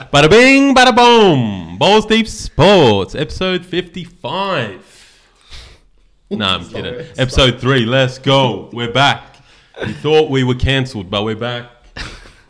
Bada bing, bada boom. Balls Deep Sports, episode 55. No, I'm kidding. Episode 3, let's go. We're back. We thought we were cancelled, but we're back.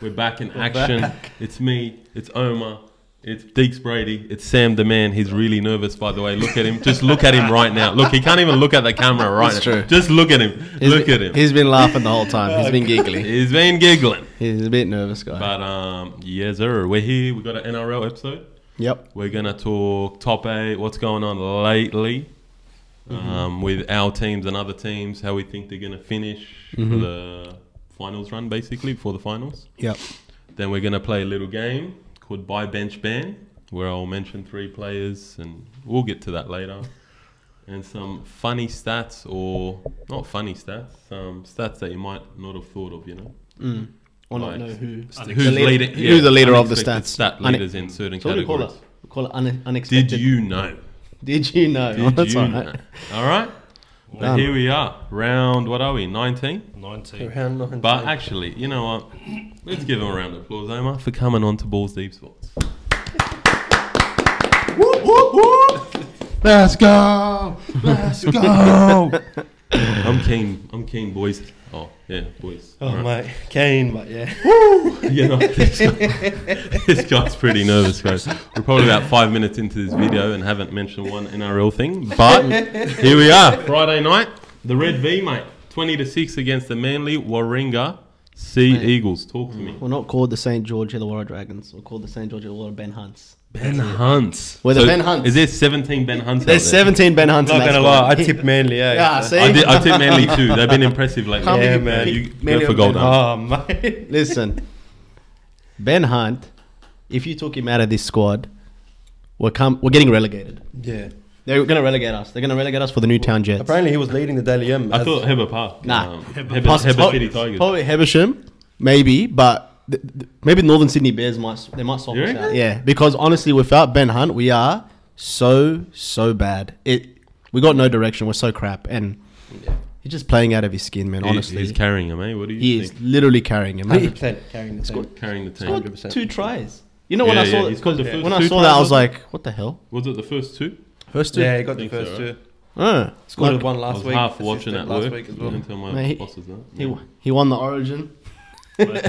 We're back in action. It's me, it's Omar, it's Deeks Brady, it's Sam the man. He's really nervous, by the way. Look at him. Just look at him right now. Look, he can't even look at the camera right It's now. true. Just look at him. He's look been- at him. He's been laughing the whole time. He's been giggling. He's been giggling. He's a bit nervous, guy. But, um, yes, sir. We're here. we got an NRL episode. yep. We're gonna talk top eight, what's going on lately um, with our teams and other teams, how we think they're gonna finish for the finals run, basically for the finals. Yep. Then we're gonna play a little game called Buy Bench Ban, where I'll mention three players, and we'll get to that later. And some funny stats, or not funny stats, some stats that you might not have thought of, you know. Or not Like- know who. Who's the leader, leading- who's the leader of the unexpected stats? Stat Une- leaders in certain So what do you call it? categories. We call it une- unexpected. Did you know? Did you know? Did Oh, that's you all know? right. All right. But Done. here we are. Round, what are we, 19? 19. But actually, you know what? Let's give him a round of applause, Omar, for coming on to Balls Deep Sports. Let's go. Let's go. I'm keen. I'm keen, boys. Oh, yeah, boys. Oh, All right. mate. Kane, but yeah. You know, this, guy- this guy's pretty nervous, guys. We're probably about five minutes into this video and haven't mentioned one NRL thing. But here we are. Friday night, the Red V, mate. 20 to 6 against the Manly Warringah Sea Mate. Eagles. Talk to me. We're not called the St. George Illawarra Dragons. We're called the St. George Illawarra Ben Hunts. Ben Hunts. We're the Ben Hunts. Is there 17 Ben Hunts? out There's 17 Ben Hunts Not in that gonna squad. lie, I tip Manly, eh? Yeah, see? there? I, did, I think Manly too. They've been impressive lately. Can't Yeah, believe you man. picked You go Manly for over gold, Ben huh? Hunt. Oh, mate. Listen, Ben Hunt, if you took him out of this squad, we're, com- we're getting relegated. Yeah. They're going to relegate us. They're going to relegate us for the Newtown Jets. Apparently, he was leading the Daily M. I as- thought Heber Park. um, Nah. Heber, Poss- Heber prob- City Tigers. Probably Hebersham, maybe, but th- th- maybe Northern Sydney Bears might s- they might swap You us reckon? out. Yeah, because honestly, without Ben Hunt, we are so so bad. It we got no direction. We're so crap, and he's just playing out of his skin, man. He- Honestly, He's carrying him, eh? What do you he think? is literally carrying him. He 100% carrying the team. Carrying the team. scored 100%. two tries. You know when Yeah, I saw yeah, he it, scored 'cause the first when I two saw that, I tries, was like, what the hell? Was it the first two? First two. Yeah, he got the Think first so, two. right? Uh, Scored like, one I last was week. half assisted watching at last work. week as I well. didn't tell my Mate, he- bosses that. he, he won the Origin. He did.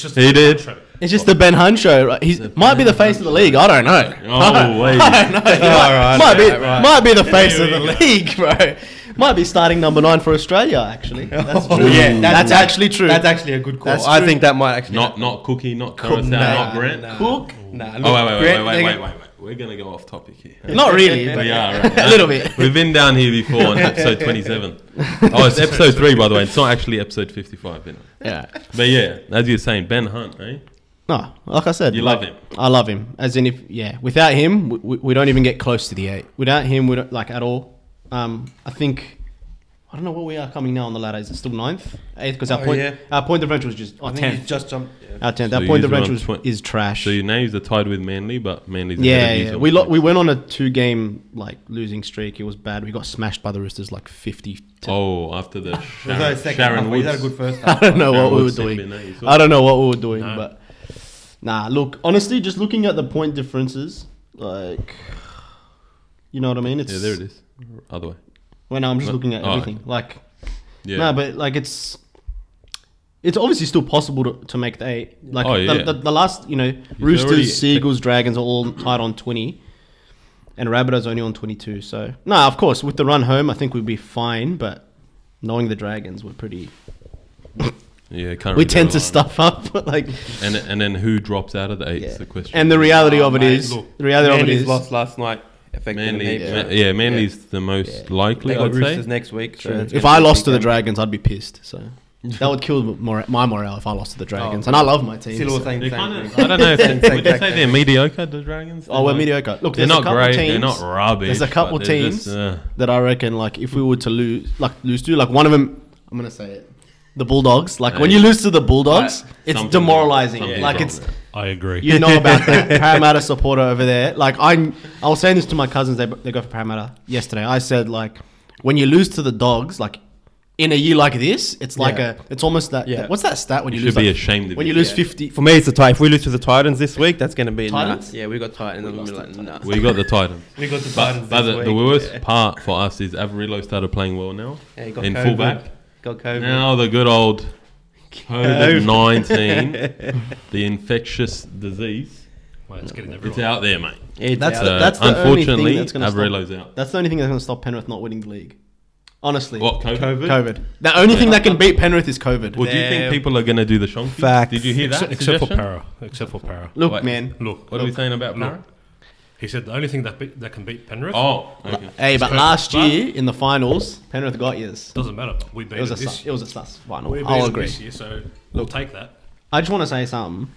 he did. It's just the Ben Hunt show. Right? He might be the face of the league. I don't know. Oh, wait. Alright, might be alright, right. might be the face There of the we go. league, bro. Might be starting number nine for Australia. Actually, that's Oh, true. yeah, that's, that's- actually true. That's actually a good call. That's I true. think that might actually. Not not Cookie, not Curacao, nah, not Grant. nah. Cook? Nah, Oh, wait, wait, wait, Grant, wait, they- wait, wait, wait. We're going to go off topic here. not really. but- We are. right? A little bit. We've been down here before on episode 27. Oh, it's episode 3, by the way. It's not actually episode 55, you know. Yeah. But yeah, as you're saying, Ben Hunt, eh? No, like I said, You like, love him. I love him. As in, if yeah, without him, we- we, we don't even get close to the eight. Without him, we don't like at all. Um, I think I don't know what we are coming now on the ladder. Is it still ninth, eighth? Because our Oh, point yeah. our point differential is just oh, I think tenth. he's just jumped. yeah. Our tenth. So our point yous are on differential is, twen- is trash. So your names are tied with Manly, but Manly's yeah, ahead of yous yeah. on we lo- points. we went on a two game like losing streak. It was bad. We got smashed by the Roosters like fifty. To- Oh, after the Was that a Sharon, second Sharon half? Woods. eh? Was that a good first I half? don't know Sharon Oh, what we were Woods doing. sitting in there, you saw I don't know what we were doing, No. but nah. Look, honestly, just looking at the point differences, like you know what I mean. It's eh? Yeah, there it is. Other way. Well, no, I'm just Oh, looking at oh, everything. Like Yeah. no, but like it's. It's obviously still possible to, to make the eight. Like Oh, yeah. the, the, the last, you know, Roosters, already- Seagulls, Dragons are all tied on twenty, and Rabbitohs only on twenty-two. So no, of course, with the run home, I think we'd be fine. But knowing the Dragons, we're pretty. yeah, can't we read tend that to line. stuff up, like. And and then who drops out of the eight yeah. is the question. And the reality of it Mate, is, look, the reality of it Manly's is, lost last night. Affected Manly, them heaps, yeah, right? yeah Manly's the most likely. They got I'd Roosters say. next week. so True. it's If gonna I be a lost big to the game. Dragons, I'd be pissed. So that would kill mora- my morale if I lost to Oh. the Dragons. and I love my team. Still so- all saying They're the kind same of. thing. I don't know if Same they, would they thing. say they're mediocre. The Dragons. Oh, we're Like, mediocre. Look, They're there's not a couple great. Teams They're not rubbish. There's a couple but they're teams just, uh, that I reckon, like, if we were to lose, like, lose to, like, one of them, I'm gonna say it, the Bulldogs. Like, when Hey. you lose to the Bulldogs, Right. it's Something- demoralizing. something's like, wrong it's there. I agree. you know about that Parramatta supporter over there. Like, I, I was saying this to my cousins. They they go for Parramatta yesterday. I said like, when you lose to the Dogs, like, in a year like this, it's like Yeah. a, it's almost that. Yeah. What's that stat when you, You lose? should be like- ashamed of when you it. lose Yeah. fifty. For me, it's the Titans. If we lose to the Titans this week, that's going to be Titans? nuts. Yeah, we got Titan and we were like, nah. We got the Titans. We got the But, Titans but this the, the week, worst yeah. part for us is Averillo started playing well now. Yeah, he got In COVID. fullback. Got COVID. Now the good old COVID 19, the infectious disease, Well, it's getting it's everyone. out there, mate. It's That's out. the, Uh, that's the only thing unfortunately, that's going to Averillo's stop. out. That's the only thing that's going to stop Penrith not winning the league. Honestly, What, COVID? COVID. The only thing that can beat Penrith is COVID. Well, do you think Damn. people are going to do the shonky? Facts. Did you hear that? Except, except for suggestion? Para. Except for Para. Look, Wait. man. Look. What are we saying about Para? He said the only thing that beat that can beat Penrith. Oh, okay. Hey, but Perfect. last But- year in the finals, Penrith got yours. Doesn't matter. We beat It was a them this. sus, it was a sus final. we beat I'll them agree. This year, so we'll take that. I just want to say something.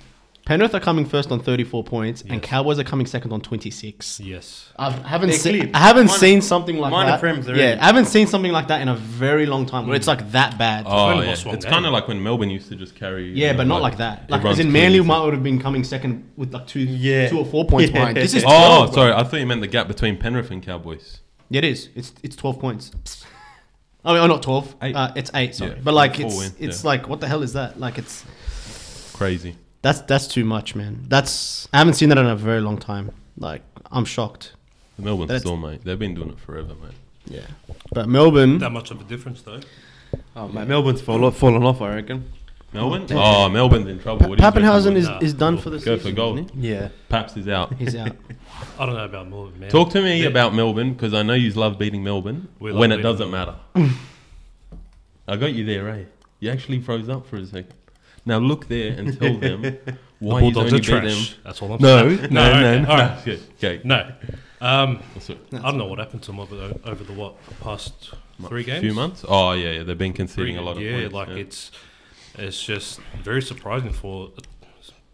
Penrith are coming first on 34 points, and Yes. Cowboys are coming second on 26. Yes. I haven't They're seen. clear. I haven't Minor- seen something like minor that. prems already. yeah, I haven't seen something like that in a very long time. Where it's like that bad. Oh, only yeah. lost one It's game. kind of like when Melbourne used to just carry. yeah, uh, but not like that. Like everyone's Oh, as in Manly clean. might would have been coming second with like two, Yeah. two or four points Yeah. behind. This is Oh, 12, bro. sorry. I thought you meant the gap between Penrith and Cowboys. Yeah, it is. It's it's twelve points. I mean, oh, not twelve. Eight. Uh, it's eight. Sorry, Yeah, but like four it's wins, it's yeah. like what the hell is that? Like it's Crazy. that's that's too much, man. That's I haven't seen that in a very long time. Like I'm shocked. The Melbourne That's- Storm, mate. They've been doing it forever, mate. Yeah, but Melbourne. That much of a difference, though. Oh, Yeah. mate. Melbourne's fall, fallen off, I reckon. Melbourne? damn. Oh, Melbourne's in trouble. Pa- What do you reckon? Pappenhausen is, Nah, is done go for the for season. isn't gold. he? Yeah. Paps is out. He's out. I don't know about Melbourne, man. Talk to me They- about Melbourne because I know you love beating Melbourne We love when it beating doesn't matter. I got you there, eh? You actually froze up for a second. Now look there and tell them the why you Bulldogs only are beat them. trash. That's all I'm No, saying. no, no, no. okay, all right. Shit. Okay. No. Um, That's it. I don't know what happened to them over the, over the what past three games. Few months? Oh yeah, yeah. They've been conceding Three- a lot of yeah, points. like it's it's just very surprising for a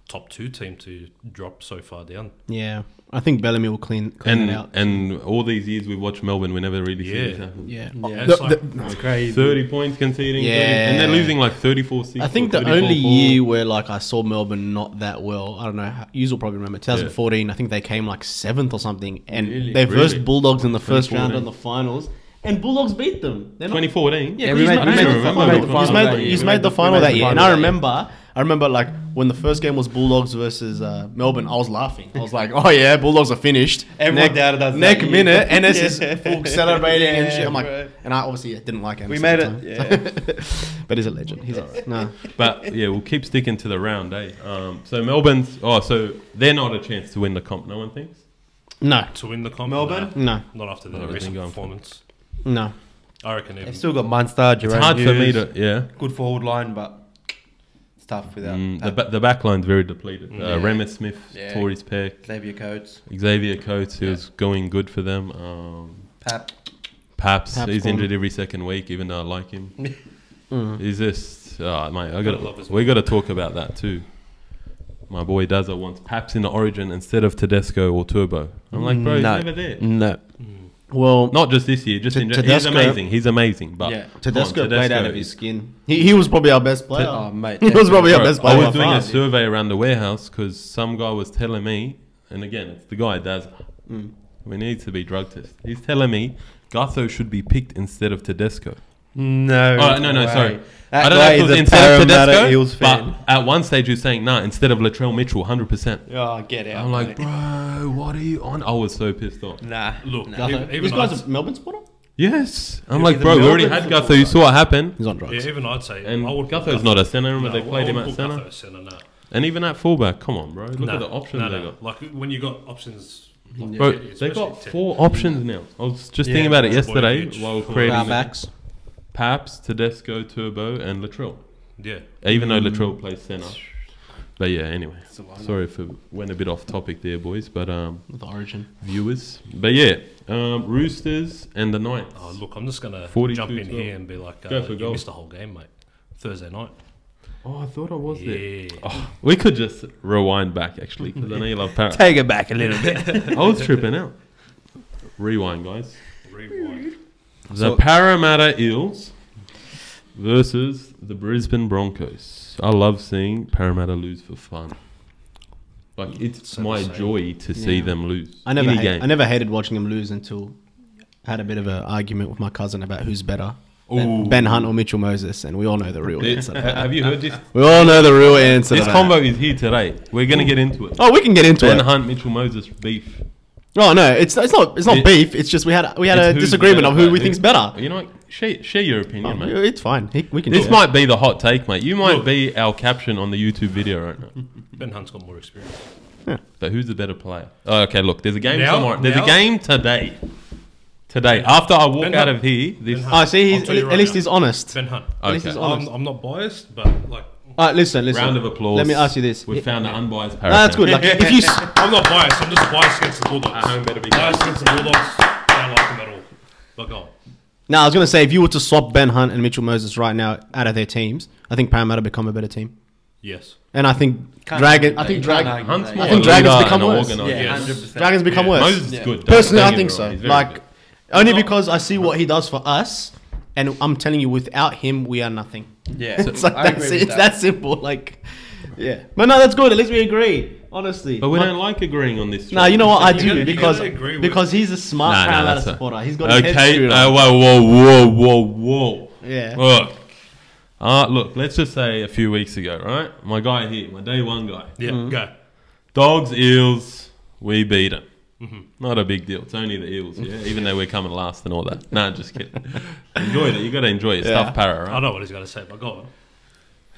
top two team to drop so far down. Yeah, I think Bellamy will clean clean and it out. and all these years we've watched Melbourne, we never really see Yeah. this happen. Yeah. Yeah, The- it's like, That's crazy. Thirty points conceding, 30 and they're Yeah. losing like 34 6 I think the only year where like I saw Melbourne not that well, I don't know. You will probably remember 2014. I think they came like seventh or something, and Really? they versed Really? Bulldogs in the first round 2014. on the finals, and Bulldogs beat them. They're not- 2014. Yeah, Yeah, 'cause we he's made- not- we I made the remember. final He's that made- year. We He's made made the- the we final made that the year, and final I that year. remember. I remember like when the first game was Bulldogs versus uh, Melbourne. I was laughing. I was like, "Oh yeah, Bulldogs are finished." Everyone doubted us that Next year. minute, NS is Yeah. full celebrating and shit. I'm like, Yeah, bro. and I obviously didn't like NS. We at made the it, time. but he's a legend. He's alright. No. But yeah, we'll keep sticking to the round, eh? Um, so Melbourne's oh, so they're not a chance to win the comp. No one thinks. No. to win the comp. Melbourne? No. Nah, not after I the don't recent think I'm- performance. No. I reckon even They've still got Munster, Jerome It's hard Hughes. for me to yeah. Good forward line, but it's tough without Mm, the that. ba- the back line's very depleted. Mm. Uh, Yeah. Remus Smith Yeah. tore his pec. Xavier Coates, Xavier Coates, who's going good for them. Um, Pap. Paps, Paps he's gone. injured every second week, even though I like him. Mm. He's just oh, mate. I love his got we got to talk about that too. My boy Dazza wants Paps in the Origin instead of Tedesco or Turbo. I'm like, bro, No. he's never there. No. Well, Not just this year, just Te- in general. He's Tedesco- amazing. He's amazing, but Yeah. Tedesco, Come on, played Tedesco out of is- his skin. He, he was probably our best player. Oh, mate. he was probably our Bro, best player. I by was doing far. a survey around the warehouse because some guy was telling me, and again, it's the guy does. We need to be drug tested. He's telling me Gatho should be picked instead of Tedesco. No. Oh, no, no, way. sorry. That I don't know guy if it was is a instead of Parramatta Tedesco, Eels fan. but at one stage he was saying, nah, instead of Latrell Mitchell, 100%. Oh, get out. I'm like, mate. bro, what are you on? I was so pissed off. Nah. look. Nah. Gatho. Even, even this guy's I'd- a Melbourne supporter. Yes. I'm Yeah, like, the bro, we already had Melbourne Gatho. You saw what happened. He's on drugs. yeah, even I'd say. And I would put Gatho's not a centre, remember No, they played I him would at put centre? Gatho as centre, no. And even at fullback, come on, bro. Look No, at the options no, they no. got. Like when you got options. Like, Bro, Teddy, they got especially four options now. I was just thinking about it yesterday Boyovich, while Fuller. creating the- backs. Paps, Tedesco, Turbo, and Latrell. Teddy. Yeah. Even though Latrell plays centre. But yeah, anyway. Sorry for went a bit off topic there, boys. But um, The origin. viewers. But yeah, um, Roosters and the Knights. Oh, look, I'm just going to 42 jump in as well. here and be like, uh, Go for you goal. missed the whole game, mate. Thursday night. Oh, I thought I was Yeah. Oh, we could just rewind back actually because I know you love Paris. Take it back a little bit. I was tripping out. Rewind, guys. Rewind. The Parramatta Eels versus the Brisbane Broncos. I love seeing Parramatta lose for fun. Like it's So my the same. joy to see Yeah. them lose. I never, Any hate, I never hated watching him lose until I had a bit of an argument with my cousin about who's better, Ooh. Ben Hunt or Mitchell Moses, and we all know the real It- answer. to ha- that. have you heard this? We all know the real answer. to This that. combo is here today. We're gonna get into it. Oh, we can get into Ben it. Hunt, Mitchell Moses beef. Oh no, it's it's not it's not It- beef. It's just we had we had It's a who's disagreement better, of who like, we think's better. You know, what? share share your opinion, mate. It's fine. He- we can. This do it. might be the hot take, mate. You might Look. be our caption on the YouTube video right now. Ben Hunt's got more experience. But who's the better player? Oh, okay, look, there's a game Now? tomorrow. There's a Now? game today. Today, after I walk Ben out Hunt. of here, this Ben Hunt. Oh, see, I'll he's, tell you at right least now. he's honest. Ben Hunt. At least Okay. he's honest. I'm, I'm not biased, but like All right, listen, listen. round of applause. Let me ask you this. We found an unbiased Ah, parapet. that's good. Like, if you s- I'm not biased. I'm just biased against the Bulldogs. At home better be biased against the Bulldogs. Don't like them at all. But go on. now, I was gonna say if you were to swap Ben Hunt and Mitchell Moses right now out of their teams, I think Parramatta become a better team, Yes. and I think Can't Dragon. argue I think that. You can't Dragon. argue Hunt's that. more I think a Dragons leader become and worse. organiser. Yeah, Yes. 100%. Dragons become Yeah, worse. Moses is good. don't- Personally, don't I get think me so. wrong, he's very Like, good. only because I see what he does for us, and I'm telling you, without him, we are nothing. Yeah, It's like I that's agree it. with It's that. that simple. Like, yeah. But no, that's good. At least we agree. Honestly. but we My- don't like agreeing on this. Nah, you know what I You do gotta- you because gotta agree with- because he's a smart Nah, nah, Parramatta that's a- supporter. He's got his head Okay, screwed uh, on. whoa, whoa, whoa, whoa, whoa. Yeah. Look. Uh, look, let's just say a few weeks ago, right? My guy here, my day one guy. Yeah. Go. Dogs, eels, we beat them. Not a big deal. It's only the eels, yeah? Even though we're coming last and all that. Nah, just kidding. enjoy it. you got to enjoy it. Stuff para, right? I know what he's going to say, but go on.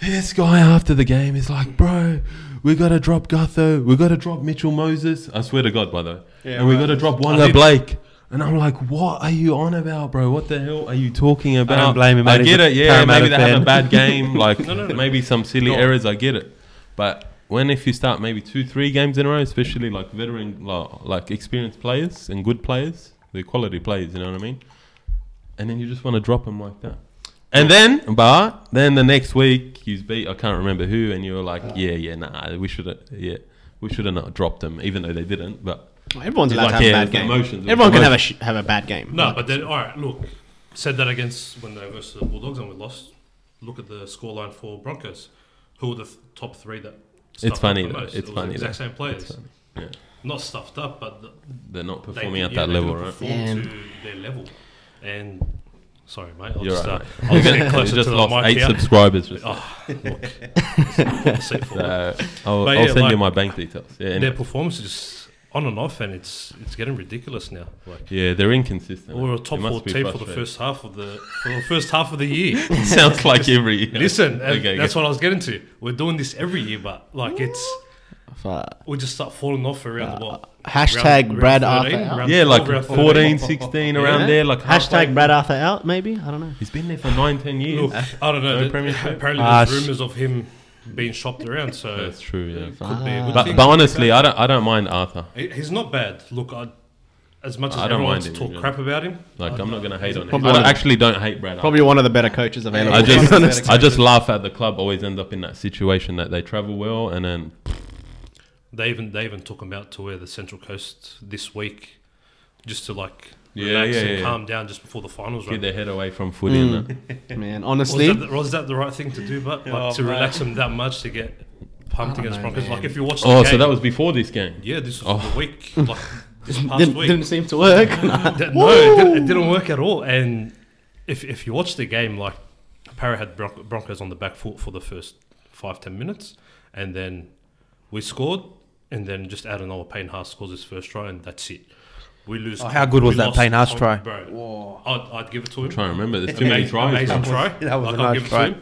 This guy after the game is like, bro, we gotta drop Gutho, we gotta drop Mitchell Moses. I swear to God, by the way, and we gotta drop I Wanda did- Blake. And I'm like, what are you on about, bro? What the hell are you talking about? blame him, I mate. get He's a it. Yeah, Parramatta maybe they have a fan. bad game. Like no, no. maybe some silly Go on. errors. I get it. But when if you start maybe two, three games in a row, especially like veteran, like, like experienced players and good players, they're quality players. You know what I mean? and then you just want to drop him like that. And then, but then the next week you beat I can't remember who, and you were Ah. like, yeah, yeah, nah, we should have, yeah, we should have not dropped them, even though they didn't. But Everyone's He's like, allowed to have yeah, a it's bad game. emotions, it's Everyone can have a sh- have a bad game. No, Like, but then all right. Look, said that against when they were versus the Bulldogs and we lost. Look at the scoreline for Broncos. Who were the th- top three that? stuffed up funny the though. It's most? It was funny uh, The exact though. same players. yeah, Not stuffed up, but the, they're not they performing did- at yeah, that they level, didn't right? perform And- to their level. And sorry, mate. I'll You're just, right. uh, mate. I'll just get you closer just to lost the mic eight here. subscribers. Just Oh, look. Set forward. uh, I'll, But I'll yeah, send you like- my bank details. Yeah, their anyway. performance is just on and off, and it's it's getting ridiculous now. Like yeah, they're inconsistent. we were a They top must four be team for the frustrated. first half of the for the first half of the year. Sounds like every year. Listen, and Okay, that's okay. what I was getting to. We're doing this every year, but like it's Fuck. we just start falling off Uh, around the what? hashtag Brad Arthur. yeah, like round 14, 16, around Yeah. there, like halfway. Hashtag Brad Arthur out. Maybe I don't know. He's been there for nine, ten years. Look, I don't know. No th- premiership. apparently, Ah, there's sh- rumors of him being shopped around. So That's true. Yeah. could be a good But, thing. but honestly, I don't. I don't mind Arthur. He- he's not bad. Look, I, as much as I don't everyone mind wants to him, talk yeah. crap about him, Like I'm not gonna hate on him. Probably I don't- one of- actually don't hate Brad. Arthur. Probably one of the better coaches available. I one of just. the better I just laugh at the club. Always end up in that situation that they travel well and then. they even they even took him out to where the Central Coast this week, just to like Yeah, relax yeah, and yeah. calm down just before the finals. Get Run. their head away from footy Mm. and that. man. Was Honestly, that, the, was that the right thing to do? But like, Oh, to mate. relax him that much to get pumped against Broncos. Like if you watch the Oh, game, so that was before this game. yeah, this was Oh. the week like this past didn't, week. didn't seem to work. That- no, it didn't, it didn't work at all. And if if you watch the game, like Para had Bron- Broncos on the back foot for the first five ten minutes, and then we scored, and then just out of nowhere, Payne Haas scores his first try, and that's it. We lose. Oh, how good was we that lost Payne Haas on- try? Bro, I'd, I'd give it to him. I'm trying to remember. There's too many Amazing- tries. amazing bro. try. That was I a can't nice give it to try. him.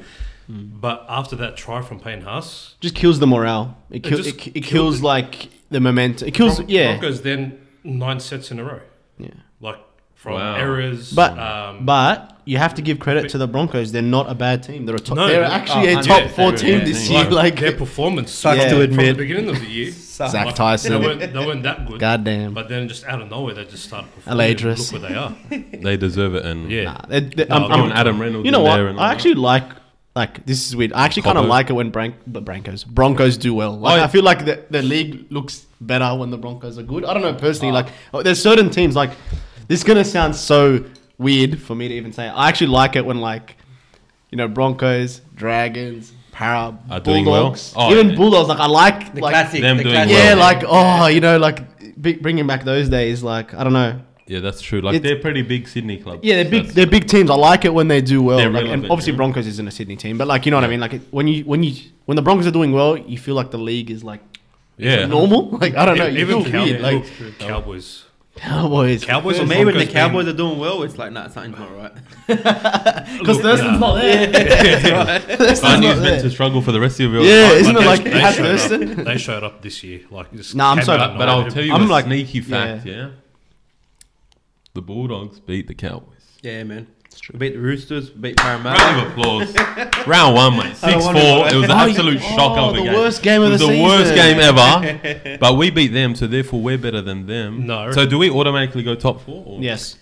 But after that try from Payne Haas, just kills the morale. It, kill, it, just it, killed kills it. like the momentum. It kills. Bron- yeah. Broncos then nine sets in a row, Yeah. like from Wow. errors. But um, but you have to give credit to the Broncos. They're not a bad team. They're a top. No, they're they're- actually oh, a top yeah, four they're a team good this team. year. Like, Like their performance Sucks Yeah. to from the admit. beginning of the year. Zach like, Tyson. They weren't, they weren't that good. goddamn. But then just out of nowhere, they just started Al performing. and Idris. Look where they are. They deserve it. And Yeah. Nah, they- they- No, I'm- they're I'm- throwing Adam Reynolds. you know in what? There and all I that. actually like like this is weird. I actually kind of Cobbo. like it when Bran- but Broncos Broncos do well. Like, Oh, yeah. I feel like the, the league looks better when the Broncos are good. I don't know personally. Like oh, there's certain teams like this. Is gonna sound so weird for me to even say. it. I actually like it when like you know Broncos, Dragons, Para, Are Bulldogs, doing well? Oh, even yeah. Bulldogs. Like I like oh, the like classic. them the doing classic. well. yeah, like oh, you know, like b- bringing back those days. Like I don't know. Yeah, that's true. Like It's- they're pretty big Sydney clubs. Yeah, they're big. That's- They're big teams. I like it when they do well. They're Like, and relevant, obviously, yeah. Broncos isn't a Sydney team, but like you know what I mean. Like it, when you when you when the Broncos are doing well, you feel like the league is like yeah. normal. Like I don't know, you feel Cow- weird. Like Cowboys. Cowboys, Cowboys Thursday- or For me, when the Broncos Cowboys are doing well, it's like, nah, something's not right. because Thurston's not there. Thurston's Aren't you not meant to there. struggle for the rest of your Yeah, life? isn't But it they- like they it had showed up. Thurston? They showed up this year. Like, just Nah, I'm came sorry, out of But nowhere. I'll tell you I'm a like- sneaky yeah. fact, yeah. The Bulldogs beat the Cowboys. Yeah, man. It's true. Beat the Roosters, beat Uh, Parramatta. Round of applause. Round one, mate. Six four. wonder why. It was an Oh, you- absolute shock oh, of the, the game. worst game it of was the the worst season. game ever. but we beat them, so therefore we're better than them. No. So do we automatically go top four? Or? Yes,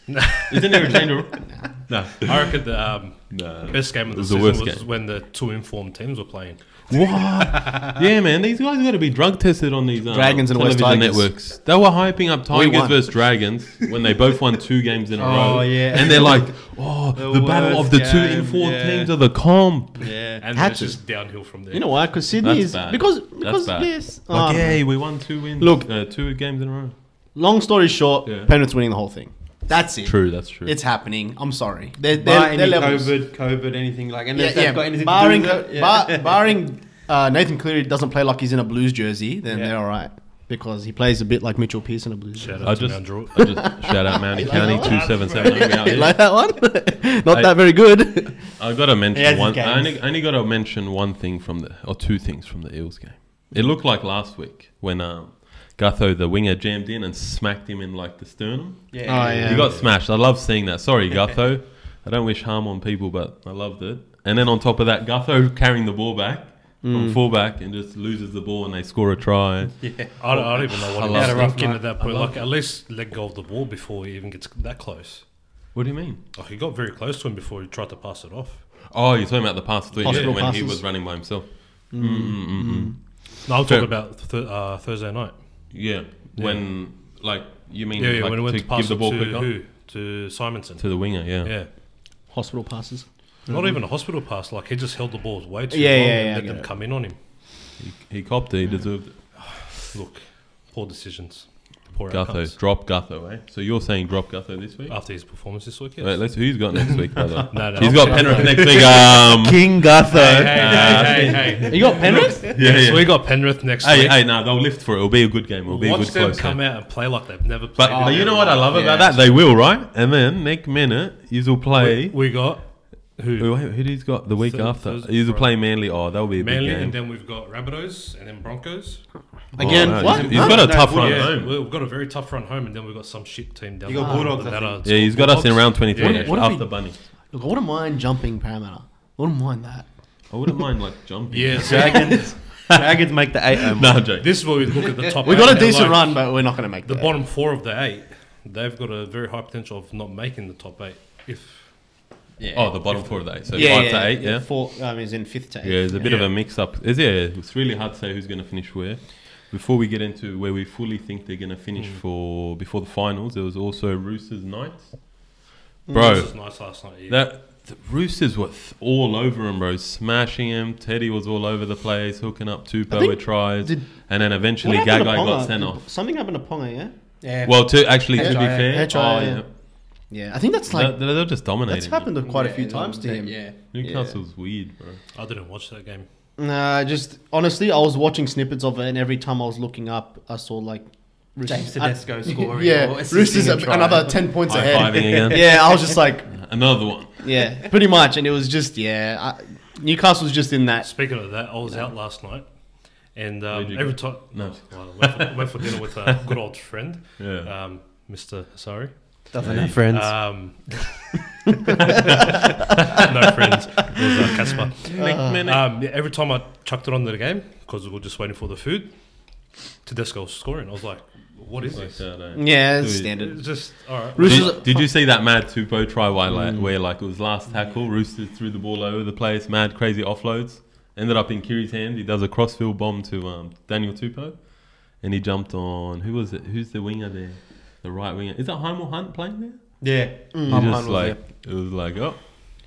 Isn't there a change of? No. I reckon the um, No. best game of It the was season the worst was game. when the two informed teams were playing. What? yeah, man. These guys got to be drug tested on these um, Dragons and West television Tigers. networks. They were hyping up We Tigers won. versus Dragons when they both won two games in a row. Oh, yeah. And they're like, oh, the, battle of worst the two game, informed yeah. teams of the comp. Yeah. And Had it's to. just downhill from there. you know why? Because Sydney That's is bad. because That's because bad. yes. Like, Oh. Um, hey, we won two wins. Look- uh, two games in a row. Long story short, Yeah. Penrith's winning the whole thing. That's it. True, that's true. It's happening. I'm sorry. They're, Bar they're, any they're levels. COVID, COVID, anything like, and yeah, if they've yeah. got anything barring to do with it, bar, barring uh, Nathan Cleary doesn't play like he's in a Blues jersey, then they're all right because he plays a bit like Mitchell Pearce in a Blues Shout jersey. out I to just, Mount Druitt. I just shout out Mounty County two seven seven. You like that one? Not that very good. I got to mention He has his one. I games. only, I only got to mention one thing from the or two things from the Eels game. It looked like last week when um, Gutho the winger jammed in and smacked him in like the sternum. yeah. Oh, yeah. he got smashed. I love seeing that. Sorry, Gutho. I don't wish harm on people, but I loved it. And then on top of that, Gutho carrying the ball back from fullback and just loses the ball and they score a try. I don't, I don't even know what I he love was that. thinking at that point. Like, at least let go of the ball before he even gets that close. What do you mean? Like, he got very close to him before he tried to pass it off. Oh, you're talking about the pass three Possible when he passes. was running by himself. Mm, Mm-mm-mm-mm. No, I'm Fair. talking about th- uh, Thursday night. Yeah. when like you mean Yeah, yeah. Mm, like, when he went to to, pass give the it ball to quicker who? To Simonson. to the winger? Yeah. yeah. Hospital passes. Not even a hospital pass. Like he just held the balls way too Yeah, long yeah, and yeah, I let get them it. come in on him. He copped it. He deserved it. Look, poor decisions, poor Gutho, outcomes. drop Gutho, eh? So you're saying drop Gutho this week? After his performance this week, Oh, yes. Wait, let's. Who's got next week? Brother? No, no, He's I'm got sure. Penrith next week. Um. King Gutho. hey, hey, hey, hey. You got Penrith? Uh, Yeah, So we yeah. got Penrith next Hey, week. hey, no, they'll lift for it. It'll be a good game. It'll be a Watch good them close. come game. out and play like they've never played. But, in but their you know what I life. love about Yeah. that? They will, right? And then next minute, he's will play. We, we got who? Who, who he's got the week Thurs- after? Thursday, He's will play Friday. Manly. Oh, that'll be a Manly, big game. and then we've got Rabbitohs, and then Broncos. Again, Oh, no, what? He's, he's got No, a tough no, run yeah, home. we've got a very tough run home, and then we've got some shit team down. You got the- Bulldogs, I that think. are- Yeah, he's got us in Bulldogs. round 23 Yeah. actually, What if after we- Bunny. Look, I wouldn't mind jumping Parramatta. I wouldn't mind that. I wouldn't mind like jumping. Yeah, so Dragons. Dragons make the eight. Um, No, I'm joking. this is where we look at the Uh, top. We got eight, a and decent like, run, but we're not going to make The the that. bottom four of the eight, they've got a very high potential of not making the top eight. If yeah. Oh, the bottom four of the eight. So Yeah, five yeah, to eight, yeah. Four, I mean, it's in fifth to eight. Yeah, it's a bit of Yeah. a mix up. It's, yeah, it's really hard to say who's going to finish where. Before we get into where we fully think they're going to finish Mm. for before the finals, there was also Roosters Knights. Bro, Mm. this was nice last night. Yeah. that the Roosters were th- all over him, bro, smashing him. Teddy was all over the place, hooking up two think- power tries, did- and then What eventually Gagai happened to got Ponga? sent off. Something happened to Ponga, yeah? yeah. Well, to actually, to be HIA. fair, HIA. oh, yeah. Yeah, I think that's like they, will just dominating. that's him. happened to quite a Yeah, few it's times to like- him. Yeah. Newcastle's weird, bro. I didn't watch that game. Nah, just honestly, I was watching snippets of it, and every time I was looking up, I saw like James Tedesco scoring. yeah, or assisting Roosters a ab- try. another ten points High ahead. fiving again. Yeah, I was just like, Another one. yeah, pretty much, and it was just yeah, I, Newcastle's just in that. Speaking of that, I was out last night, and Where'd um, you every go? time No. well, went, for, went for dinner with a good old friend, Uh, Yeah. um, Mister Sorry, Doesn't have friends. um, no friends, it was uh, Casper. uh, Um, yeah, every time I chucked it on the game because we were just waiting for the food, Tedesco was scoring. I was like, "What is Like this?" that, eh? Yeah, it's Dude. standard. It's just all right. Roosters- Did, did you see that mad Tupou try where like, where like it was last tackle, Roosters threw the ball over the place, mad crazy offloads, ended up in Kiri's hand. He does a crossfield bomb to um, Daniel Tupou, and he jumped on who was it? Who's the winger there? The right winger is that Heimel Hunt playing there? yeah. He Heimel Mm. just Hunt was like it was like oh,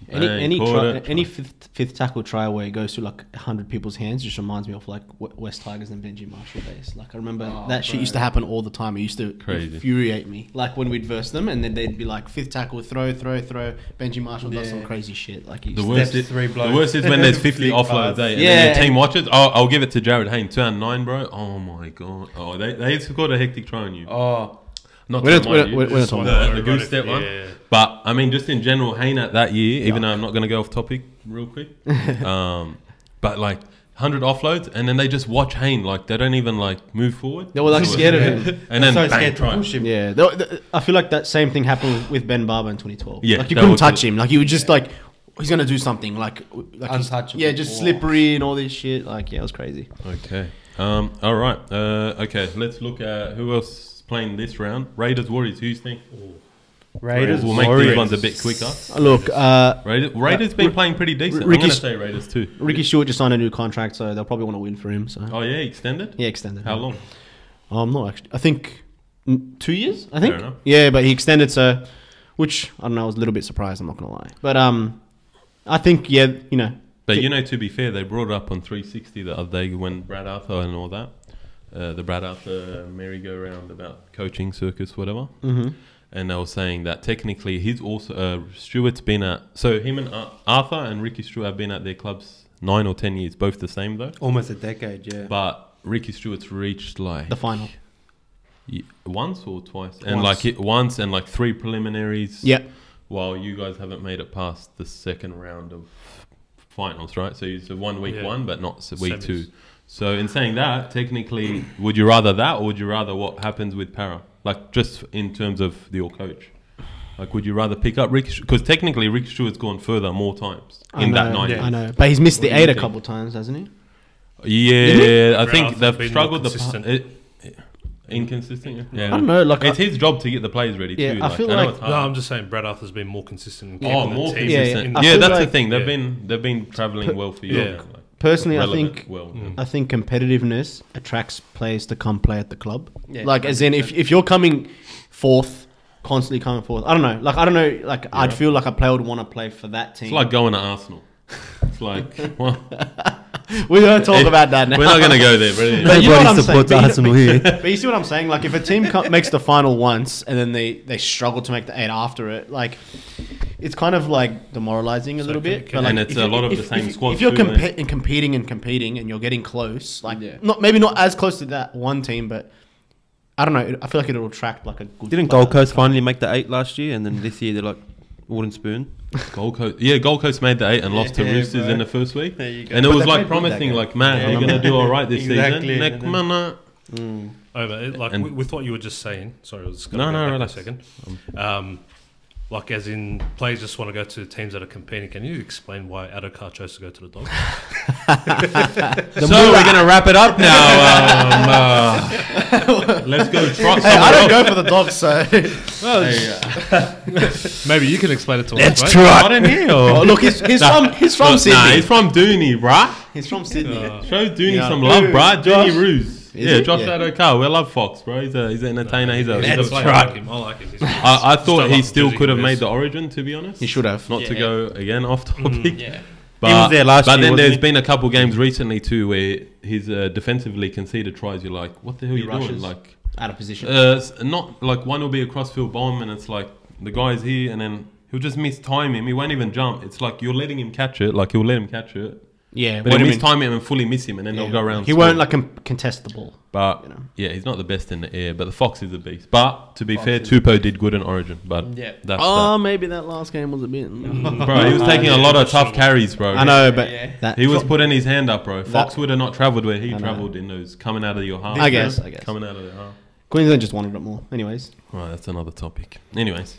Any Hey, any caught try, it. any fifth, fifth tackle try where it goes through like hundred people's hands just reminds me of like W- West Tigers and Benji Marshall days. Like I remember Oh, that shit bro. used to happen all the time. It used to Crazy. infuriate me. Like when we'd verse them and then they'd be like fifth tackle throw throw throw. Benji Marshall does some Yeah. crazy shit. Like he The used to- worst, Steps is, three the blokes. worst is when there's 50 Big offloads, pass. eh? And then the Yeah. team watches. I'll, I'll give it to Jared Hayne, 2 and 9, bro. Oh my god. Oh, they, they scored a hectic try on you. Oh, Not We're to not- remind we're- you, we're- we're not just talking the- about it. the goose step Yeah. one. But I mean, just in general, Hayner that year, even though I'm not going to go off topic real quick, um, but like 100 offloads, and then they just watch Hayne, like they don't even like move forward. They were, like, So it's- scared of him. and then so bang, scared try. to push him. Yeah, th- th- I feel like that same thing happened with, with Ben Barber in 2012. Yeah, like you that couldn't was touch it. him. Like you were just like, he's gonna do something. Like, w- like he's- Untouchable. Yeah, just Oh. slippery and all this shit. Like, yeah, it was crazy. Okay. Um, all right. Uh, okay. Let's look at who else is playing this round. Raiders, Warriors. Who you think? Raiders. We'll make Warriors. these ones a bit quicker. Look, uh, Raiders, Raiders been playing pretty decent. I'm Ricky- going to say Raiders too. Ricky Stewart just signed a new contract, so they'll probably want to win for him. So Oh yeah, extended. yeah, extended. How long? Um, not actually. I think mm, two years. I think. Fair enough. yeah, but he extended so, which I don't know. I was a little bit surprised. I'm not gonna lie, but um, I think yeah, you know, But you know, to be fair, they brought it up on 360 the other day when Brad Arthur and all that, uh, the Brad Arthur merry-go-round about coaching circus, whatever. Mhm. And they were saying that technically he's also uh, Stewart's been at so him and Ar- Arthur and Ricky Stewart have been at their clubs nine or ten years, both the same though. Almost a decade, yeah. But Ricky Stewart's reached like the final. y- once or twice, and Once. like it, once and like three preliminaries. Yeah, while you guys haven't made it past the second round of finals, right? So it's a one week Yeah. one, but not s- week Semis. two. So in saying that, technically, would you rather that or would you rather what happens with Para? Like just in terms of your coach, like would you rather pick up Rick? Because technically, Rick Stewart's gone further more times I in know, that nine. yeah. Yeah, I know, but he's missed What the do you eight a think? couple times, hasn't he? I Brad think Arthur's been more they've struggled the pa- consistent. it, inconsistent. Yeah, I don't know, like, it's I- his job to get the players ready Yeah, too. I feel know like- it's hard. No, I'm just saying Brad Arthur's been more consistent. In keeping Oh, the more team consistent. in- Yeah, I feel that's the like- thing. They've Yeah. been they've been traveling well for you. Yeah. Personally, I Relevant think well. I think competitiveness attracts players to come play at the club. Yeah, like as in, if, 100%. if you're coming fourth, constantly coming fourth. I don't know. Like I don't know. Like I'd feel like a player would want to play for that team. It's like going to Arsenal. It's like well, we don't talk eh, about that now. we're not going to go there. But anyway. But you know what I'm Nobody supports saying, but you know- Arsenal here. But you see what I'm saying? Like if a team co- makes the final once and then they they struggle to make the eight after it, like. It's kind of like demoralizing a little bit, can- like, And it's if a you- lot of if- the same if, squad If you're too, eh? compe- and competing and competing and you're getting close, like Yeah. not maybe not as close to that one team, but I don't know. it- I feel like it'll attract like a good. Didn't player. Gold Coast finally make the eight last year, and then this year they're like wooden spoon? Gold Coast, yeah, Gold Coast made the eight and lost to Yeah, Roosters bro. in the first week, There you go. and it But was they like played good that promising, game. like man, Yeah, they're I going to do all right this Exactly, season. and Neck, then- man, uh, Oh, but it, like And- with, with what you were just saying. Sorry, I was just No, gonna no, go relax. back a second. Um, like as in players just want to go to teams that are competing. Can you explain why Adokar chose to go to the Dogs? So we're going to wrap it up now. um, uh, let's go. Try Hey, I someone else. don't go for the dogs, so Hey, uh, Maybe you can explain it to us. mate. I don't hear. Oh, look, he's, he's Nah, from he's from look, Sydney. Nah, he's he's, from Dooney, bruh. from Sydney. Show Dooney Yeah. some love, Who? bruh. Dooney Josh? Ruse. Yeah, he? Josh Yeah. Adokar. We love Fox, bro. He's a he's an entertainer. He's a, he's That's a player. I like him. I like him. He's- I, I thought Still he like still Jose could have Gomez. made the origin, to be honest. he should have. Not to Yeah. go again off Mm, topic. Yeah. But, He was there last but year, then wasn't there's he? been a couple games recently too where he's uh, defensively conceded tries. You're like, what the hell are He you doing? rushes. Like, Out of position. uh, s- not like one will be a crossfield bomb, and it's like the guy's here, and then he'll just miss time him. He won't even jump. It's like you're letting him catch it. Like he'll let him catch it, yeah, but what he'll do you miss mean? time him and fully miss him, and then they'll Yeah. go around. He score. won't like com- contest the ball. But you know. yeah, he's not the best in the air, but the Fox is a beast. But to be fair, Tupo did good in Origin, but Yeah. that's Oh, maybe that last game was a bit. that. bro. He was taking a lot of tough carries, bro. I know, but Yeah. that He was putting his hand up, bro. Fox That- would have not travelled where he I know. travelled in those coming out of your half. I you know? guess, I guess. Coming out of the half. Queensland just wanted it more. Anyways, Right, that's another topic. Anyways,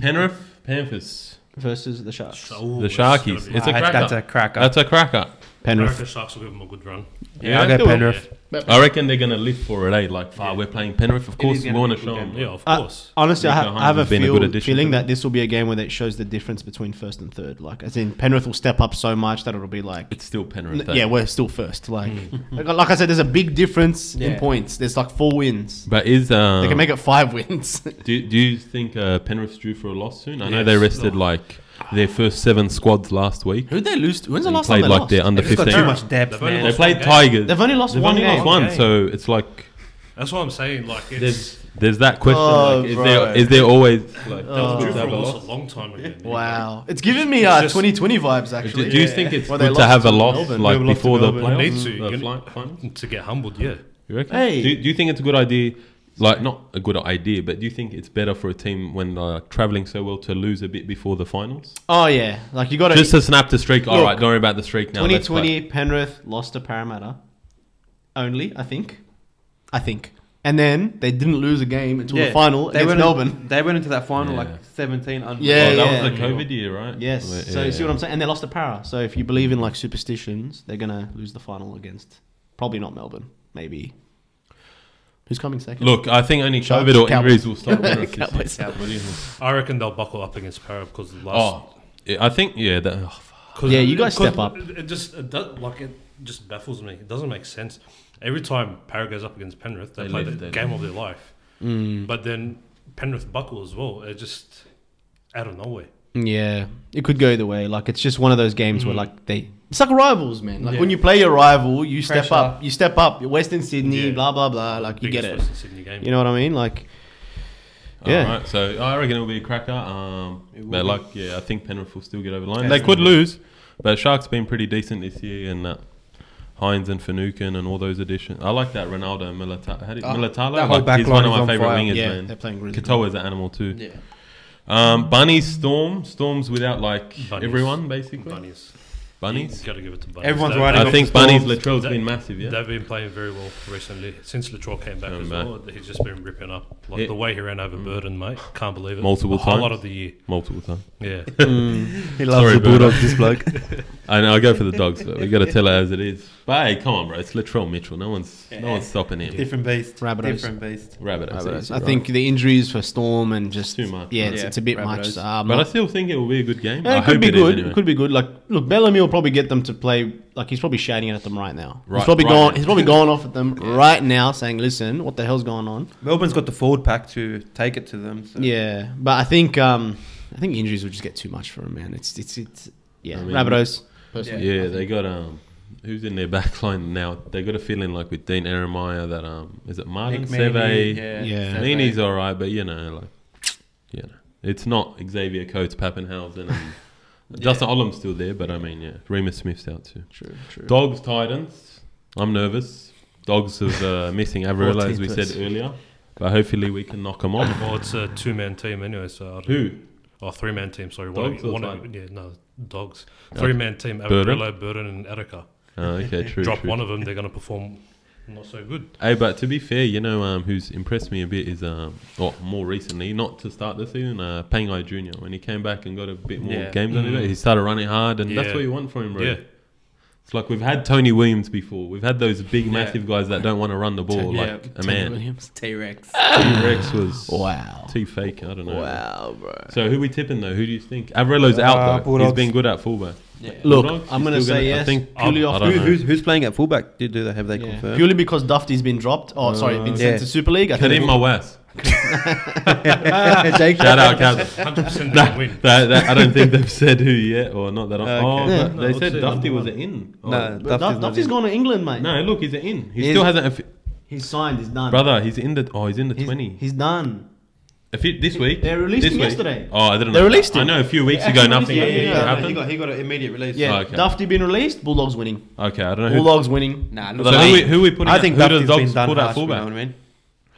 Penrith Panthers, versus the Sharks. Oh, the it's gonna Sharkies. be- It's a Ah, cracker. That's a cracker. That's a cracker. Penrith. America Sharks will give him a good run. Yeah, I'll go Penrith. I reckon they're gonna live for it. Eh? Like, far, we're playing Penrith. Of course, we gonna want to be a show good game. them. Yeah, of Uh, course. Honestly, I, Nico ha- Hines I have a has been a feel, good addition feeling to that this will be a game where that shows the difference between first and third. Like, as in Penrith will step up so much that it'll be like, It's still Penrith. N- eh? Hmm. yeah, we're still first. Like, like, like I said, there's a big difference in Yeah. points. There's like four wins. but is um, They can make it five wins. Do, do you think uh, Penrith's due for a loss soon? I know they Yes. rested Oh. like their first seven squads last week. Who'd they lose to? When's the and last time played they like lost? their under They've just got 15. too much depth, They've only man. They lost played one game. Tigers. They've only lost They've one only game. lost one, game. so it's like That's what I'm saying. Like it's there's there's that question. Oh, like, is bro. there is there always like that was due for a have a loss loss? a long time ago. Wow, it's giving me It's uh, just- 2020 vibes actually. do, do you think it's Well, they good to lost have to a loss Melbourne. like They lost to before the playoffs? Melbourne. One needs to. The You- fli- finals? To get humbled, yeah. You reckon? Hey. Do, do you think it's a good idea? Like, not a good idea, but do you think it's better for a team when they're traveling so well to lose a bit before the finals? Oh yeah, like you got Just to to snap the streak. All Look, right, don't worry about the streak now. let's play. 2020 Penrith lost to Parramatta only, I think, I think, and then they didn't lose a game until the final they against went Melbourne. In, they went into that final Yeah. like 17 under. Oh, Yeah, that yeah. was the COVID year, right? Yes. Where- so you see yeah. what I'm saying? And they lost to Para. So if you believe in like superstitions, they're gonna lose the final against probably not Melbourne. Maybe who's coming second? Look, I think only Sharks, COVID or Cowboys. injuries will stop. us this Cowboys. year. What do you think? I reckon they'll buckle up against Para because the last. Oh, yeah, I think yeah. That, oh, fuck. Cause, Yeah, you guys 'cause step up. It it just it does, like it just baffles me. It doesn't make sense. Every time Para goes up against Penrith, they, They play lose, the they game of their life. But then Penrith buckle as well. It just out of nowhere. Yeah, it could go either way. Like it's just one of those games where like they it's like rivals, man. Like when you play your rival, you step Pressure. up. You step up. You're Western Sydney, Yeah. blah blah blah. Like you get Biggest it. Western Sydney game. You know what I mean? Like Yeah. All right, so I reckon it'll be a cracker. Um, but like, yeah, I think Penrith will still get over the line. Yeah. They could lose, but Sharks been pretty decent this year, and uh, Hines and Finucane and all those additions. I like that Ronaldo and Milita- how do you- Ah, Militalo. that whole like, back he's line one of is my on favorite fire. wingers, yeah, they're man. playing really good. Katoa's an animal too. Yeah. Um, Bunny Storm. Storm's without like Bunnies. everyone basically. Bunnies. Bunnies. Got to give it to Bunnies. Everyone's They've- riding I off think the Bunnies Storms. Latrell's That- been massive. Yeah. They've been playing very well recently since Latrell came back Came as back. well. He's just been ripping up like Yeah. the way he ran over Burden, mate. Can't believe it. Multiple the highlight times. of the year. Multiple times. Yeah, He loves the Sorry, Birdo. Bulldogs, this bloke. I know. I go for the dogs, but we got to tell it as it is. But hey, come on, bro. It's Latrell Mitchell. No one's no one's stopping him. eh? Different beast. Rabbitohs. Different beast. Rabbit. I think the injuries for Storm and just Too much. Yeah, it's, Yeah, it's a bit much. Rabbitohs. So I'm But I not- still think it will be a good game. I Yeah, Eh, it could hope be it is good. anyway. It could be good. Like, look, Bellamy will probably get them to play. Like, he's probably shouting at them right now. Right- he's probably right going. now. He's probably going off at them right now, saying, "Listen, what the hell's going on?" Melbourne's got the forward pack to. Take it to them. So. Yeah, but I think um, I think injuries will just get too much for him, man. It's it's it's yeah. I mean- Rabbitohs. Personally. Yeah, they got um, who's in their back line now? They got a feeling like with Dean Eremaya that um, is it Martin Nick Seve? Meaney, yeah. Yeah. Seve. Meaney's all right, but you know, like, you know, it's not Xavier Coates, Pappenhausen, and Justin Olam's still there. But I mean, yeah, Remus Smith's out too. True, true. Dogs, Titans. I'm nervous. Dogs of uh, missing Avril as we 14th said earlier, but hopefully we can knock them off. well, it's a two-man team anyway. So I don't- Who? Or Oh, three-man team. Sorry, one, Dogs of, or one of, yeah, no dogs. Three-man team: Burden? Amarillo, Burden, and Attica. Uh, okay, true. Drop true. one of them, they're going to perform not so good. Hey, but to be fair, you know um, who's impressed me a bit is, um, or more recently, not to start the season, uh, Pangai Junior. When he came back and got a bit more Yeah. games under Mm. it, he started running hard, and that's Yeah. what you want from him, bro. Yeah. It's like we've had Tony Williams before. We've had those big, Yeah. massive guys that don't want to run the ball, Yeah. like a man. Williams. T Rex. Rex was Wow. too fake. I don't know. Wow, bro. So who we tipping though? Who do you think? Avrilo's Uh, out though. Bulldogs. He's been good at fullback. Yeah. Look, Bulldogs, I'm he's gonna still say I yes, think purely I off- don't Who, know. who's, who's playing at fullback? Do, do they have they Yeah. confirmed? Purely because Dufty's been dropped. Uh, Oh, sorry, been yeah. sent to Super League. I Ah. think Kadeem Awas. Jake, Shout out, Kaz. Hundred percent they win. That, that, I don't think they've said who yet, or not that. I'm, Oh, Okay. but Yeah. they No, said what's it, Dufty number was one? an in. Oh. No, Duff- Duff, Dufty's gone to England, mate. no, look, he's an in. He He still is- hasn't. Offi- he's signed. He's done. brother, he's in the. Oh, he's in the he's, twenty. He's done. a few, this week. They released this him week. yesterday. Oh, I didn't. They know. released I him. know a few weeks They ago, actually nothing released him. Yeah, yeah, yeah. happened. He got, he got an immediate release. Yeah, Oh, okay. Dufty been released. Bulldogs winning. Okay, I don't know. Who, Bulldogs winning. Nah, so look, who, we, who we putting? I think who does Duffy's been Dogs done put at harsh, you know fullback? what I mean?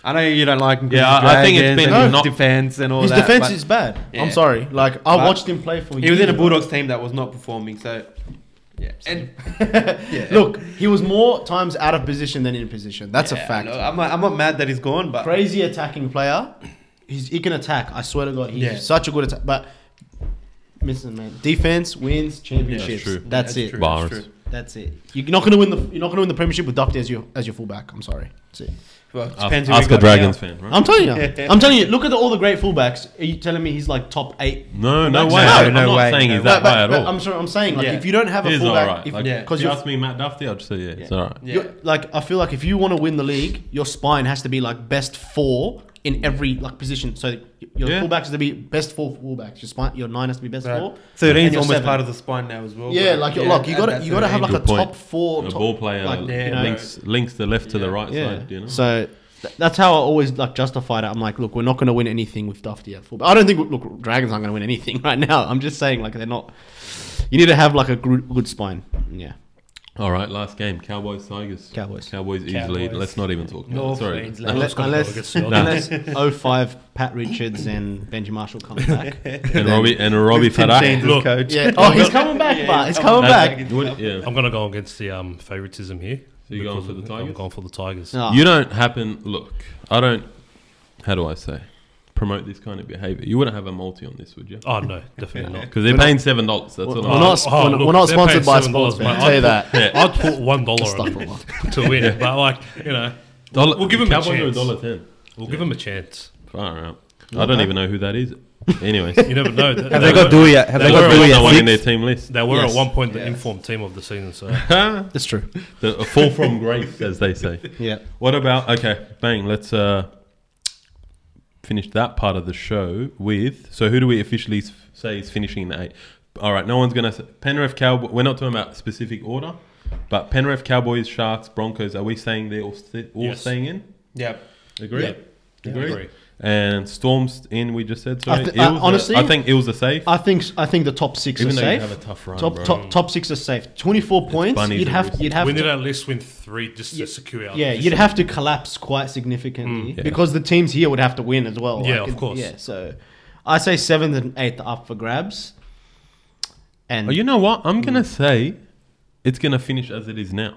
I know you don't like him. 'cause Yeah, he's I- I think it's dragons been and not- defense and Oh, all His that. defense but is bad. Yeah. I'm sorry. Like I But- watched him play for. He was in a years. Bulldogs team that was not performing. So yeah, and yeah. Look, he was more times out of position than in position. That's Yeah, a fact. look, I'm not, I'm not mad that he's gone, but Crazy attacking player. He's, he can attack. I swear to God, he's Yeah. such a good attack. But listen, man, defense wins championships. true. that's, it. true, Bars. that's true. That's it. You're not gonna win the. You're not gonna win the premiership with Dufty as your as your fullback. I'm sorry. That's it. Well, it Ask, depends who we ask a got Dragons now. fan, right? I'm telling you. I'm telling you. Look at the, all the great fullbacks. Are you telling me he's like top eight? no, no No, way. no I'm not way. saying he's No that But- but- high at but all. I'm sorry. I'm saying like Yeah. if you don't have a He's all fullback, right. if, Like, yeah. if because you you're ask me Matt Duffy, I'd say yeah, it's all right. Yeah. You're- Like I feel like if you want to win the league, your spine has to be like best four in every like position. So your Yeah. fullbacks has to be best four fullbacks. Your spine, your nine has to be best Right. four. Thirteen's And your almost seven. part of the spine now as well. Yeah, bro. like your look, you got to that's you got to an have like a good point. top four. The top, ball player like, you know, links links the left to the right side. You know, So th- that's how I always like justified it. I'm like, look, we're not going to win anything with Dufty at fullback. I don't think look Dragons aren't going to win anything right now. I'm just saying like they're not. You need to have like a gr- good spine. Yeah. all right, last game, Cowboys Tigers. Cowboys. Cowboys easily. Cowboys. Let's not even talk. About it. North Sorry. Queensland. Unless, unless, unless 05 Pat Richards and Benji Marshall come back. and Robbie and Robbie Tim Sheens Fadak. as Look, coach. yeah. Oh, he's coming back, Yeah, but he's he's coming coming back. Would- yeah. I'm gonna go against the um, favoritism here. So you're going because for the I'm Tigers? going for the Tigers. No. You don't happen. Look, I don't. How do I say? Promote this kind of behavior. You wouldn't have a multi on this, would you? Oh no, definitely not. Because they're paying seven dollars. That's We're what Oh, I'm. not, oh, spon- look, we're not they're paying sponsored by seven dollars, Sportsbet. mate. I'll tell you that. I'd put one dollar Stop on for a it while. to win, but like you know, Dollar, We'll give him a Cowboys are chance. dollar ten. we'll give him a chance. Far out. I don't even know who that is. Anyways, You never know. They, Have they got were, Dewey yet? Have They they were got at Dewey no one in yet? their Six? team list. they were Yes. at one point the Yes. informed team of the season. So the, That's true. a fall from grace, as they say. Yeah. What about okay, bang, let's uh finish that part of the show with so who do we officially s- say is finishing in the eight? All right, no one's going to Penrith Cowboys. We're not talking about specific order, but Penrith Cowboys, Sharks, Broncos, are we saying they're all, st- all Yes. staying in? Yep. Agree? Yeah. Agree. Agree. And Storms in, we just said. So I thi- I- honestly- I think Eels are safe. I think I think the top six even are though safe. you have a tough run, top, bro. top top six are safe. Twenty four points. bunnies You'd and have roosters. you'd have we need to, at least win three just to secure our yeah position. you'd have to collapse quite significantly yeah. because the teams here would have to win as well. Yeah, Like, of course. Yeah, so I say seventh and eighth are up for grabs. And Oh, you know what? I'm gonna say it's gonna finish as it is now.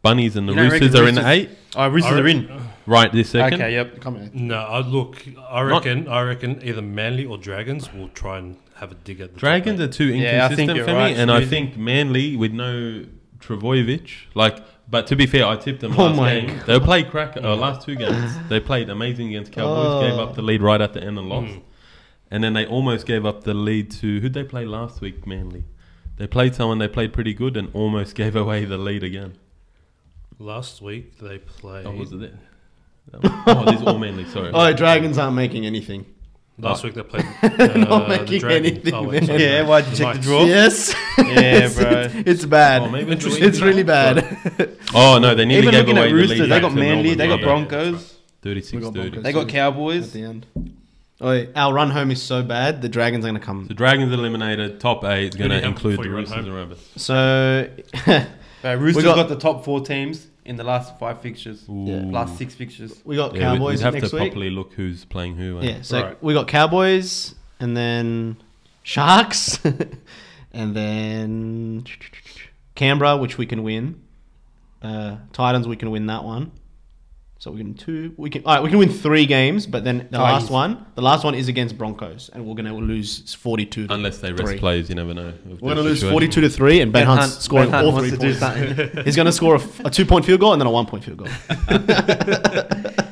Bunnies and the You don't Roosters reckon are in the eight Roosters- Oh, Roosters I are reckon- in. right this second. Okay, yep. come in. No, I look. I reckon. I reckon either Manly or Dragons will try and have a dig at the top Dragons eight. are too Yeah, I think inconsistent you're for right. me, and I Really- think Manly with no Travojevic, like. But to be fair, I tipped them Oh last my game. They played crack. Uh, last two games, they played amazing against Cowboys. Oh. Gave up the lead right at the end and Mm. lost. And then they almost gave up the lead to who'd they play last week? Manly. They played someone they played pretty good and almost gave away the lead again. Last week they played. Oh, was it? it? That one. Oh, this is all Manly. Sorry. Oh, dragons aren't making anything. Last week they played. Uh, Not the making Dragons. anything, Oh, man. wait, sorry, Yeah, no, why'd you check the Knights. draw? Yes. Yeah, Yes, bro. it's, it's bad. Oh, maybe it's it's, really really bad. Oh no, they nearly Even gave looking away at the Roosters, lead. they got Manly, they got Broncos, We 36 30. got Broncos. The they got At Cowboys. the end. Oh, yeah, our run home is so bad. The dragons are going to come. Dragons eliminated, top eight is do going you to have include before the you run Roosters and home? Rabbits. So, Right, Roosters got- got, the top four teams in the last five fixtures, last six fixtures. we got Yeah, we'd- Cowboys we'd have next to week. properly look who's playing who. eh? Yeah, so Right. we got Cowboys and then Sharks and then Canberra, which we can win. Uh, Titans, we can win that one. So we can two. We can all right. We can win three games, but then the Oh, last easy. one, the last one is against Broncos, and we're gonna lose forty-two. To Unless they rest three. players, you never know. of We're their gonna lose situation. forty-two to three, and Ben, Ben Hunt's Hunt- scoring Ben Hunt all wants three to do points. He's gonna score a, f- a two-point field goal and then a one-point field goal.